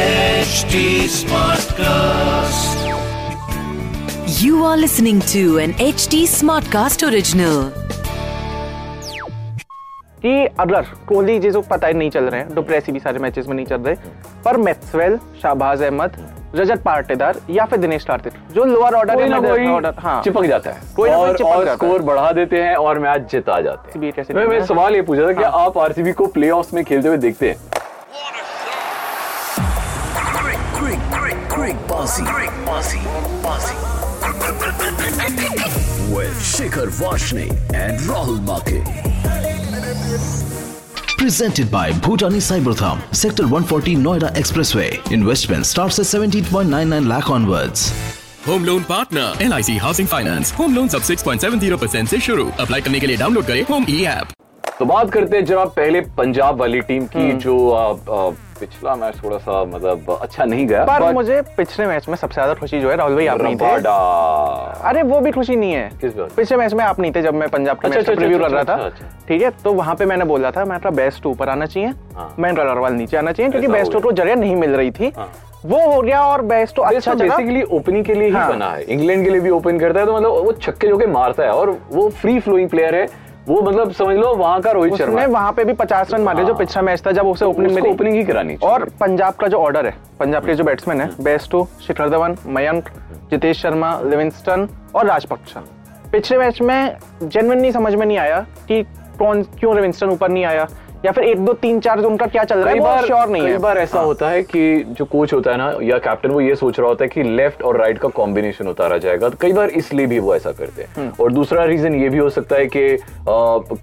HD Smartcast. You are listening to an HD Smartcast original. कि अगर कोहली जिसको पता ही नहीं चल रहे हैं डुप्रेसी भी सारे मैचेस में नहीं चल रहे पर मैक्सवेल शाहबाज अहमद रजत पाटीदार या फिर दिनेश कार्तिक जो लोअर ऑर्डर कोई है ना middle कोई order- हाँ चिपक जाता है कोई ना कोई और, चिपक और जाता है। स्कोर बढ़ा देते हैं और मैच जिता जाते RCB कैसे हाँ। हैं मैं टीम मैं है? सवाल ये पूछा था कि आप आरसीबी को प्लेऑफ्स में खेलते हुए देखते हैं Greg, Greg, Greg, Greg Bossy. Greg Bossy. Bossy. With Shikhar Vashne and Rahul Make. Presented by Bhutani Cybertham, Sector 140 Noida Expressway. Investment starts at 17.99 lakh onwards. Home loan partner L I C housing finance home loan सब 6.70 percent से शुरू apply करने के लिए download करें E home E app तो बात करते हैं जनाब पहले पंजाब वाली टीम की हम्म। जो आ, आ, पिछला मैच थोड़ा सा मतलब अच्छा नहीं गया पर but मुझे पिछले मैच में सबसे ज्यादा खुशी जो है राहुल भाई आप नहीं थे रबाडा। अरे वो भी खुशी नहीं है किस बात? पिछले मैच में आप नहीं थे जब मैं पंजाब का अच्छा, मैच अच्छा, रिव्यू अच्छा, कर रहा था अच्छा, अच्छा। ठीक है तो वहां पे मैंने बोला था मैं बेस्ट ऊपर आना चाहिए हाँ। महेंद्र अग्रवाल नीचे आना चाहिए क्योंकि ऐसा हो बेस्ट को गया। जगह नहीं मिल रही थी हाँ। वो हो गया और बेस्ट अच्छा अच्छा जगह बेसिकली ओपनिंग के लिए ही हाँ। बना है इंग्लैंड के लिए भी ओपन करता है तो मतलब वो छक्के जोके मारता है और वो फ्री फ्लोइंग प्लेयर है वो मतलब समझ लो वहां का रोहित शर्मा उसने है। वहां पे भी पचास रन मारे जो हाँ। पिछला मैच था जब उसे ओपनिंग उसको मिली ओपनिंग ही करानी चाहिए। हम्म। और पंजाब का जो ऑर्डर है पंजाब के जो बैट्समैन है बेस्टो शिखर धवन मयंक जितेश शर्मा लिविंगस्टन और राजपक्षा पिछले मैच में जेनवन नहीं समझ में नहीं आया कि कौन क्यों लिविंगस्टन ऊपर नहीं आया या फिर एक दो तीन चार जो उनका क्या चल रहा है कई वो बार श्योर नहीं कई है हाँ। बार ऐसा होता है कि जो कोच होता है ना या कैप्टन वो ये सोच रहा होता है कि लेफ्ट और राइट का कॉम्बिनेशन उतारा जाएगा तो कई बार इसलिए भी वो ऐसा करते हैं और दूसरा रीजन ये भी हो सकता है कि अ,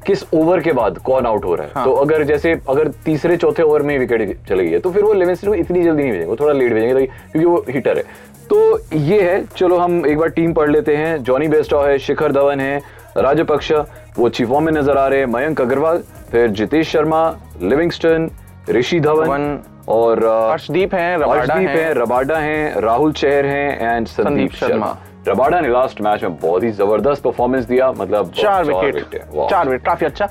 किस ओवर के बाद कौन आउट हो रहा है तो अगर जैसे अगर तीसरे चौथे ओवर में विकेट चली गई है, तो फिर वो लिविंगस्टन को इतनी जल्दी नहीं भेजेंगे वो थोड़ा लेट भेजेंगे ताकि- क्योंकि वो हिटर है तो ये है चलो हम एक बार टीम पढ़ लेते हैं जॉनी बेस्टॉ है शिखर धवन है राजपक्ष वो अच्छी फॉर्म में नजर आ रहे हैं मयंक अग्रवाल फिर जितेश शर्मा लिविंगस्टन ऋषि धवन धवन, और अ, हर्षदीप हैं, रबाडा हर्षदीप हैं। हैं रबाडा हैं राहुल चेहर हैं एंड संदीप संदीप शर्मा। शर्मा रबाडा ने लास्ट मैच में बहुत ही जबरदस्त परफॉर्मेंस दिया मतलब चार विकेट विकेटें, वाह। चार विकेट काफी अच्छा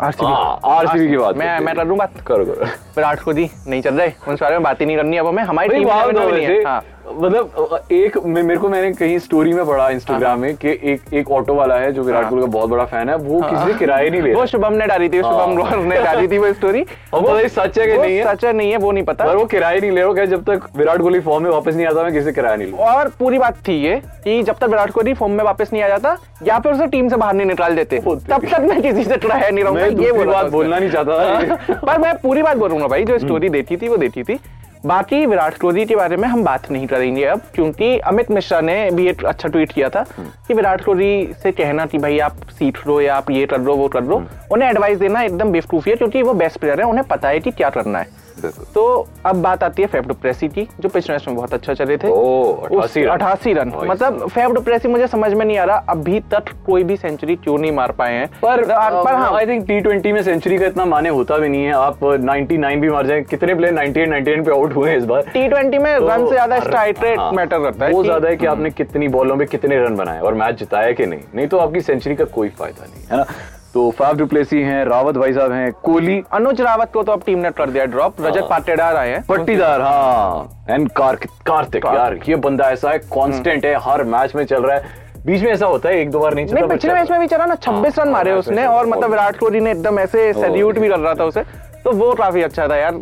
हाँ आरसीबी आरसीबी की बात मैं करते मैं हैं। कर लूं बात करो करो विराट कोहली नहीं चल रहे उस बारे में बात ही नहीं करनी अब हमें हमारी भाई टीम वाव में ना भी नहीं है तो वैसे। हाँ। मतलब एक मे- मेरे को मैंने कहीं स्टोरी में पढ़ा इंस्टाग्राम में कि एक एक ऑटो वाला है जो विराट हाँ। कोहली का बहुत बड़ा फैन है वो किसी से किराए नहीं ले वो रहा शुभम ने डाली थी शुभम हाँ। गौर ने डाली थी वो स्टोरी और पता नहीं सच है कि नहीं है सच है नहीं है वो नहीं पता पर वो किराए नहीं ले रहा क्या जब तक विराट कोहली फॉर्म में वापस नहीं आता मैं किसी से किराया नहीं लूंगा और पूरी बात थी ये कि जब तक विराट कोहली फॉर्म में वापस नहीं आ जाता या फिर उसे टीम से बाहर नहीं निकाल देते होते तब भी। तक मैं किसी से ट्राई नहीं रहूंगा तो मैं ये दूसरी बोला था उसने। बात हाँ। बोलना नहीं चाहता था। पर मैं पूरी बात बोलूंगा भाई जो स्टोरी हम्म। देती थी वो देती थी बाकी विराट कोहली के बारे में हम बात नहीं करेंगे अब क्योंकि अमित मिश्रा ने भी एक अच्छा ट्वीट किया था हम्म। कि विराट कोहली से कहना कि भाई आप सीख लो या आप ये कर लो वो कर लो हम्म। उन्हें एडवाइस देना एकदम बेवकूफी है क्योंकि वो बेस्ट प्लेयर है उन्हें पता है कि क्या करना है बिल्कुल। तो अब बात आती है फेफ डुप्रेसी की जो पिछले मैच में बहुत अच्छा चले थे ओह, 88 रन। अठासी रन Nice. मतलब फेव डुप्रेसी मुझे समझ में नहीं आ रहा अभी तक कोई भी सेंचुरी क्यों नहीं मार पाए हैं पर पर हाँ आई थिंक टी ट्वेंटी में सेंचुरी का इतना माने होता भी नहीं है आप 99 भी मार जाए कितने प्लेयर 98 99 पे आउट हुए हैं इस बार टी ट्वेंटी में तो रन से ज्यादा हर- स्ट्राइक रेट हाँ, मैटर करता है वो कि- ज्यादा है कि आपने कितनी बॉलों पे कितने रन बनाए और मैच जिताया कि नहीं नहीं तो आपकी सेंचुरी का कोई फायदा नहीं है ना तो फाफ डुप्लेसी हैं रावत भाई साहब हैं कोहली अनुज रावत को तो अब टीम ने कर दिया ड्रॉप हाँ। रजत पाटेदार आए हैं पट्टीदार हाँ एंड कार्तिक यार ये बंदा ऐसा है कांस्टेंट है हर मैच में चल रहा है बीच में ऐसा होता है एक दो बार नहीं चला नहीं but पिछले चल मैच रहा में है। भी चला ना 26 रन हाँ, मारे हाँ, उसने मैच में और चला। मतलब विराट कोहली ने एकदम ऐसे सैल्यूट भी कर रहा था उसे तो वो काफी अच्छा था यार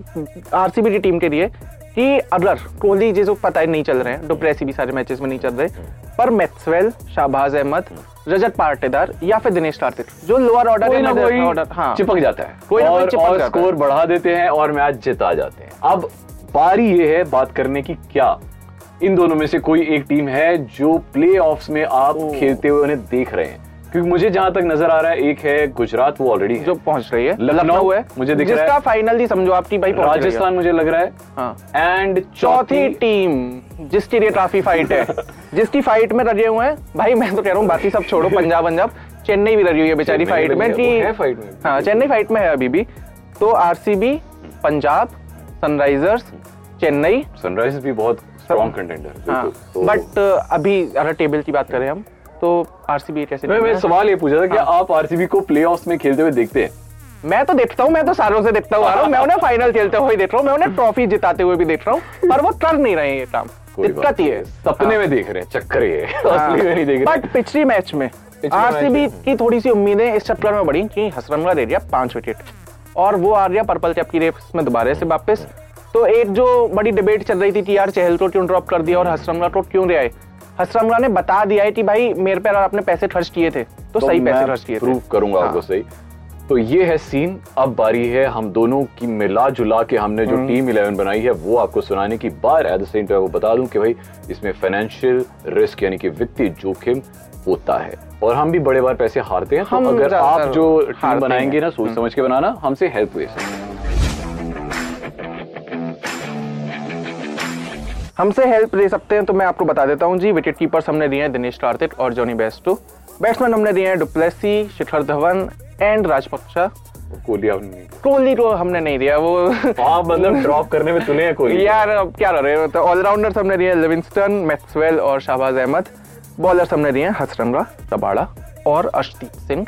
आरसीबी की टीम के लिए कि अगर कोहली जिसको पता ही नहीं चल रहे हैं डुप्रेसी भी सारे मैचेस में नहीं चल रहे हाँ। पर मैक्सवेल शाहबाज अहमद रजत पाटीदार या फिर दिनेश कार्तिक जो लोअर ऑर्डर कोई है ना middle order, कोई हाँ चिपक जाता है कोई ना कोई और, चिपक और जाता है। स्कोर बढ़ा देते हैं और मैच जिता जाते हैं अब बारी ये है बात करने की क्या इन दोनों में से कोई एक टीम है जो प्लेऑफ्स में आप खेलते हुए उन्हें देख रहे हैं क्योंकि मुझे जहां तक नजर आ रहा है एक है गुजरात वो ऑलरेडी है जो पहुंच रही है लखनऊ है, मुझे दिख रहा है। जिसका फाइनल ही समझो आपकी भाई पहुंच रही है। राजस्थान मुझे लग रहा है हाँ। एंड चौथी चौथी टीम जिसके लिए काफी फाइट है जिसकी फाइट में लगे हुए हैं भाई मैं तो कह रहा हूँ बाकी सब छोड़ो पंजाब पंजाब चेन्नई भी लगी हुई है बेचारी चेन्नई फाइट लगी में है, कि वो है fight में। हाँ चेन्नई फाइट में है अभी भी तो RCB Punjab Sunrisers Chennai Sunrise भी बहुत स्ट्रॉन्ग कंटेंडर हाँ बट अभी अगर टेबल की बात करें हम तो आरसीबी कैसे हाँ। मैं मैं सवाल ये पूछा था कि आप आरसीबी को प्लेऑफ्स में खेलते हुए देखते हैं मैं तो देखता हूँ मैं तो सालों से देखता हुआ आ रहा हूँ मैं उन्हें फाइनल खेलते हुए देख रहा हूँ मैं उन्हें ट्रॉफी जिताते हुए भी देख रहा हूँ पर वो कर नहीं रहे हैं ये काम कोई बात हाँ। दिक्कत ये नहीं। है हाँ। सपने में देख रहे हैं चक्कर ये है। असली में नहीं देख रहे बट हाँ। पिछली मैच में पिछली आरसीबी मैच में। की थोड़ी सी उम्मीदें इस चक्कर में बढ़ी कि हसरंगा दे दिया पांच विकेट और वो आ गया पर्पल कैप की रेस में दोबारा से वापस तो एक जो बड़ी डिबेट चल रही थी कि यार चहल को क्यों ड्रॉप कर दिया और हसरंगा को क्यों ले आए हसरंगा ने बता दिया है कि भाई मेरे पे अगर आपने पैसे खर्च किए थे तो, तो सही मैं पैसे खर्च किए प्रूव थे करूंगा आपको सही तो ये है सीन अब बारी है हम दोनों की मिला जुला के हमने जो टीम इलेवन बनाई है वो आपको सुनाने की बार एट द सेम टाइम आपको बता दूं कि भाई इसमें फाइनेंशियल रिस्क यानी कि वित्तीय जोखिम होता है और हम भी बड़े बार पैसे हारते हैं हम तो अगर आप ज्यादातर जो टीम हारते बनाएंगे हैं। ना सोच समझ के बनाना हमसे हेल्प ले सकते हैं। हमसे हेल्प ले सकते हैं तो मैं आपको बता देता हूँ जी विकेट कीपर्स हमने दिए हैं दिनेश कार्तिक और जॉनी बेस्टो बैट्समैन हमने दिए हैं डुप्लेसी शिखर धवन एंड राजपक्षा कोहली हमने कोहली को हमने नहीं दिया वो हाँ मतलब ड्रॉप करने में तुले हैं कोहली यार अब क्या कर रहे हो तो ऑलराउंडर्स हमने दिए लिविंगस्टन मैक्सवेल और शाहबाज अहमद बॉलर्स हमने दिए हसरंगा तबाड़ा और Arshdeep Singh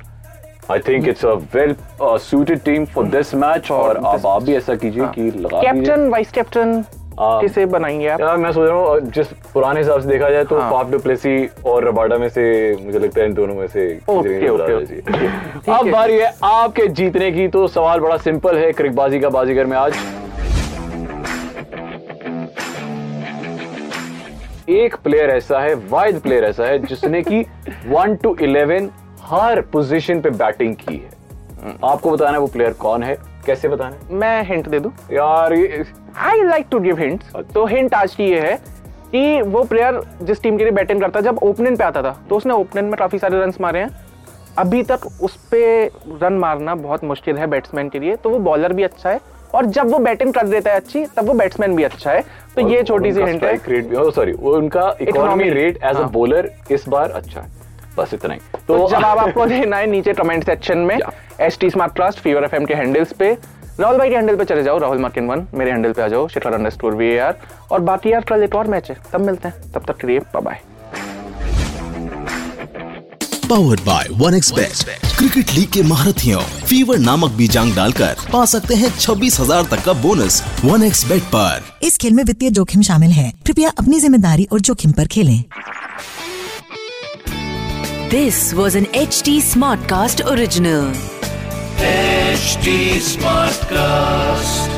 I think it's a well uh, suited team for this match Hmm. For और this हाँ। अब आप भी ऐसा कीजिए कि लगा दीजिए। कैप्टन वाइस कैप्टन हाँ। किसे बनाएंगे आप यार मैं सोच रहा हूँ जिस पुराने हिसाब से देखा जाए तो हाँ। पाप डुप्लेसी और रबाडा में से मुझे लगता है इन दोनों में से किसी ओके, ने भी बता ओके, दिया जी। अब बारी है आपके जीतने की तो सवाल बड़ा सिंपल है क्रिकबाजी का बाजीगर में आज एक प्लेयर ऐसा है वाइड प्लेयर ऐसा है जिसने कि 1 टू 11 हर पोजीशन पे बैटिंग की है आपको बताना है वो प्लेयर कौन है कैसे बताना है मैं हिंट दे दूं यार ये I like to give hint अच्छा। तो हिंट आज की ये है कि वो प्लेयर जिस टीम के लिए बैटिंग करता जब ओपनिंग पे आता था तो उसने ओपनिंग में काफी सारे रन मारे हैं अभी तक उस पे रन मारना बहुत मुश्किल है बैट्समैन के लिए तो वो बॉलर भी अच्छा है और जब वो बैटिंग कर देता है अच्छी तब वो बैट्समैन भी अच्छा है तो ये छोटी सी हिंट है स्ट्राइक रेट भी ओ सॉरी वो उनका economy Economy, rate as a हाँ। बॉलर इस बार अच्छा है बस इतना ही तो जवाब आपको देना है नीचे कमेंट सेक्शन में Yeah. S T smart trust fever F के हैंडल्स पे राहुल भाई के हैंडल पे चले जाओ राहुल मार्किन वन मेरे हैंडल पे आ जाओ Shikhar under store we are और बाकी यार कल एक और मैच है तब मिलते हैं तब तक के लिए bye powered by one expect cricket league के महारथियों फीवर नामक बीजांग डालकर पा सकते हैं 26,000 तक का बोनस वन एक्सबेट पर इस खेल में वित्तीय जोखिम शामिल है कृपया अपनी जिम्मेदारी और जोखिम पर खेलें This was an HT Smartcast original. HD Smartcast.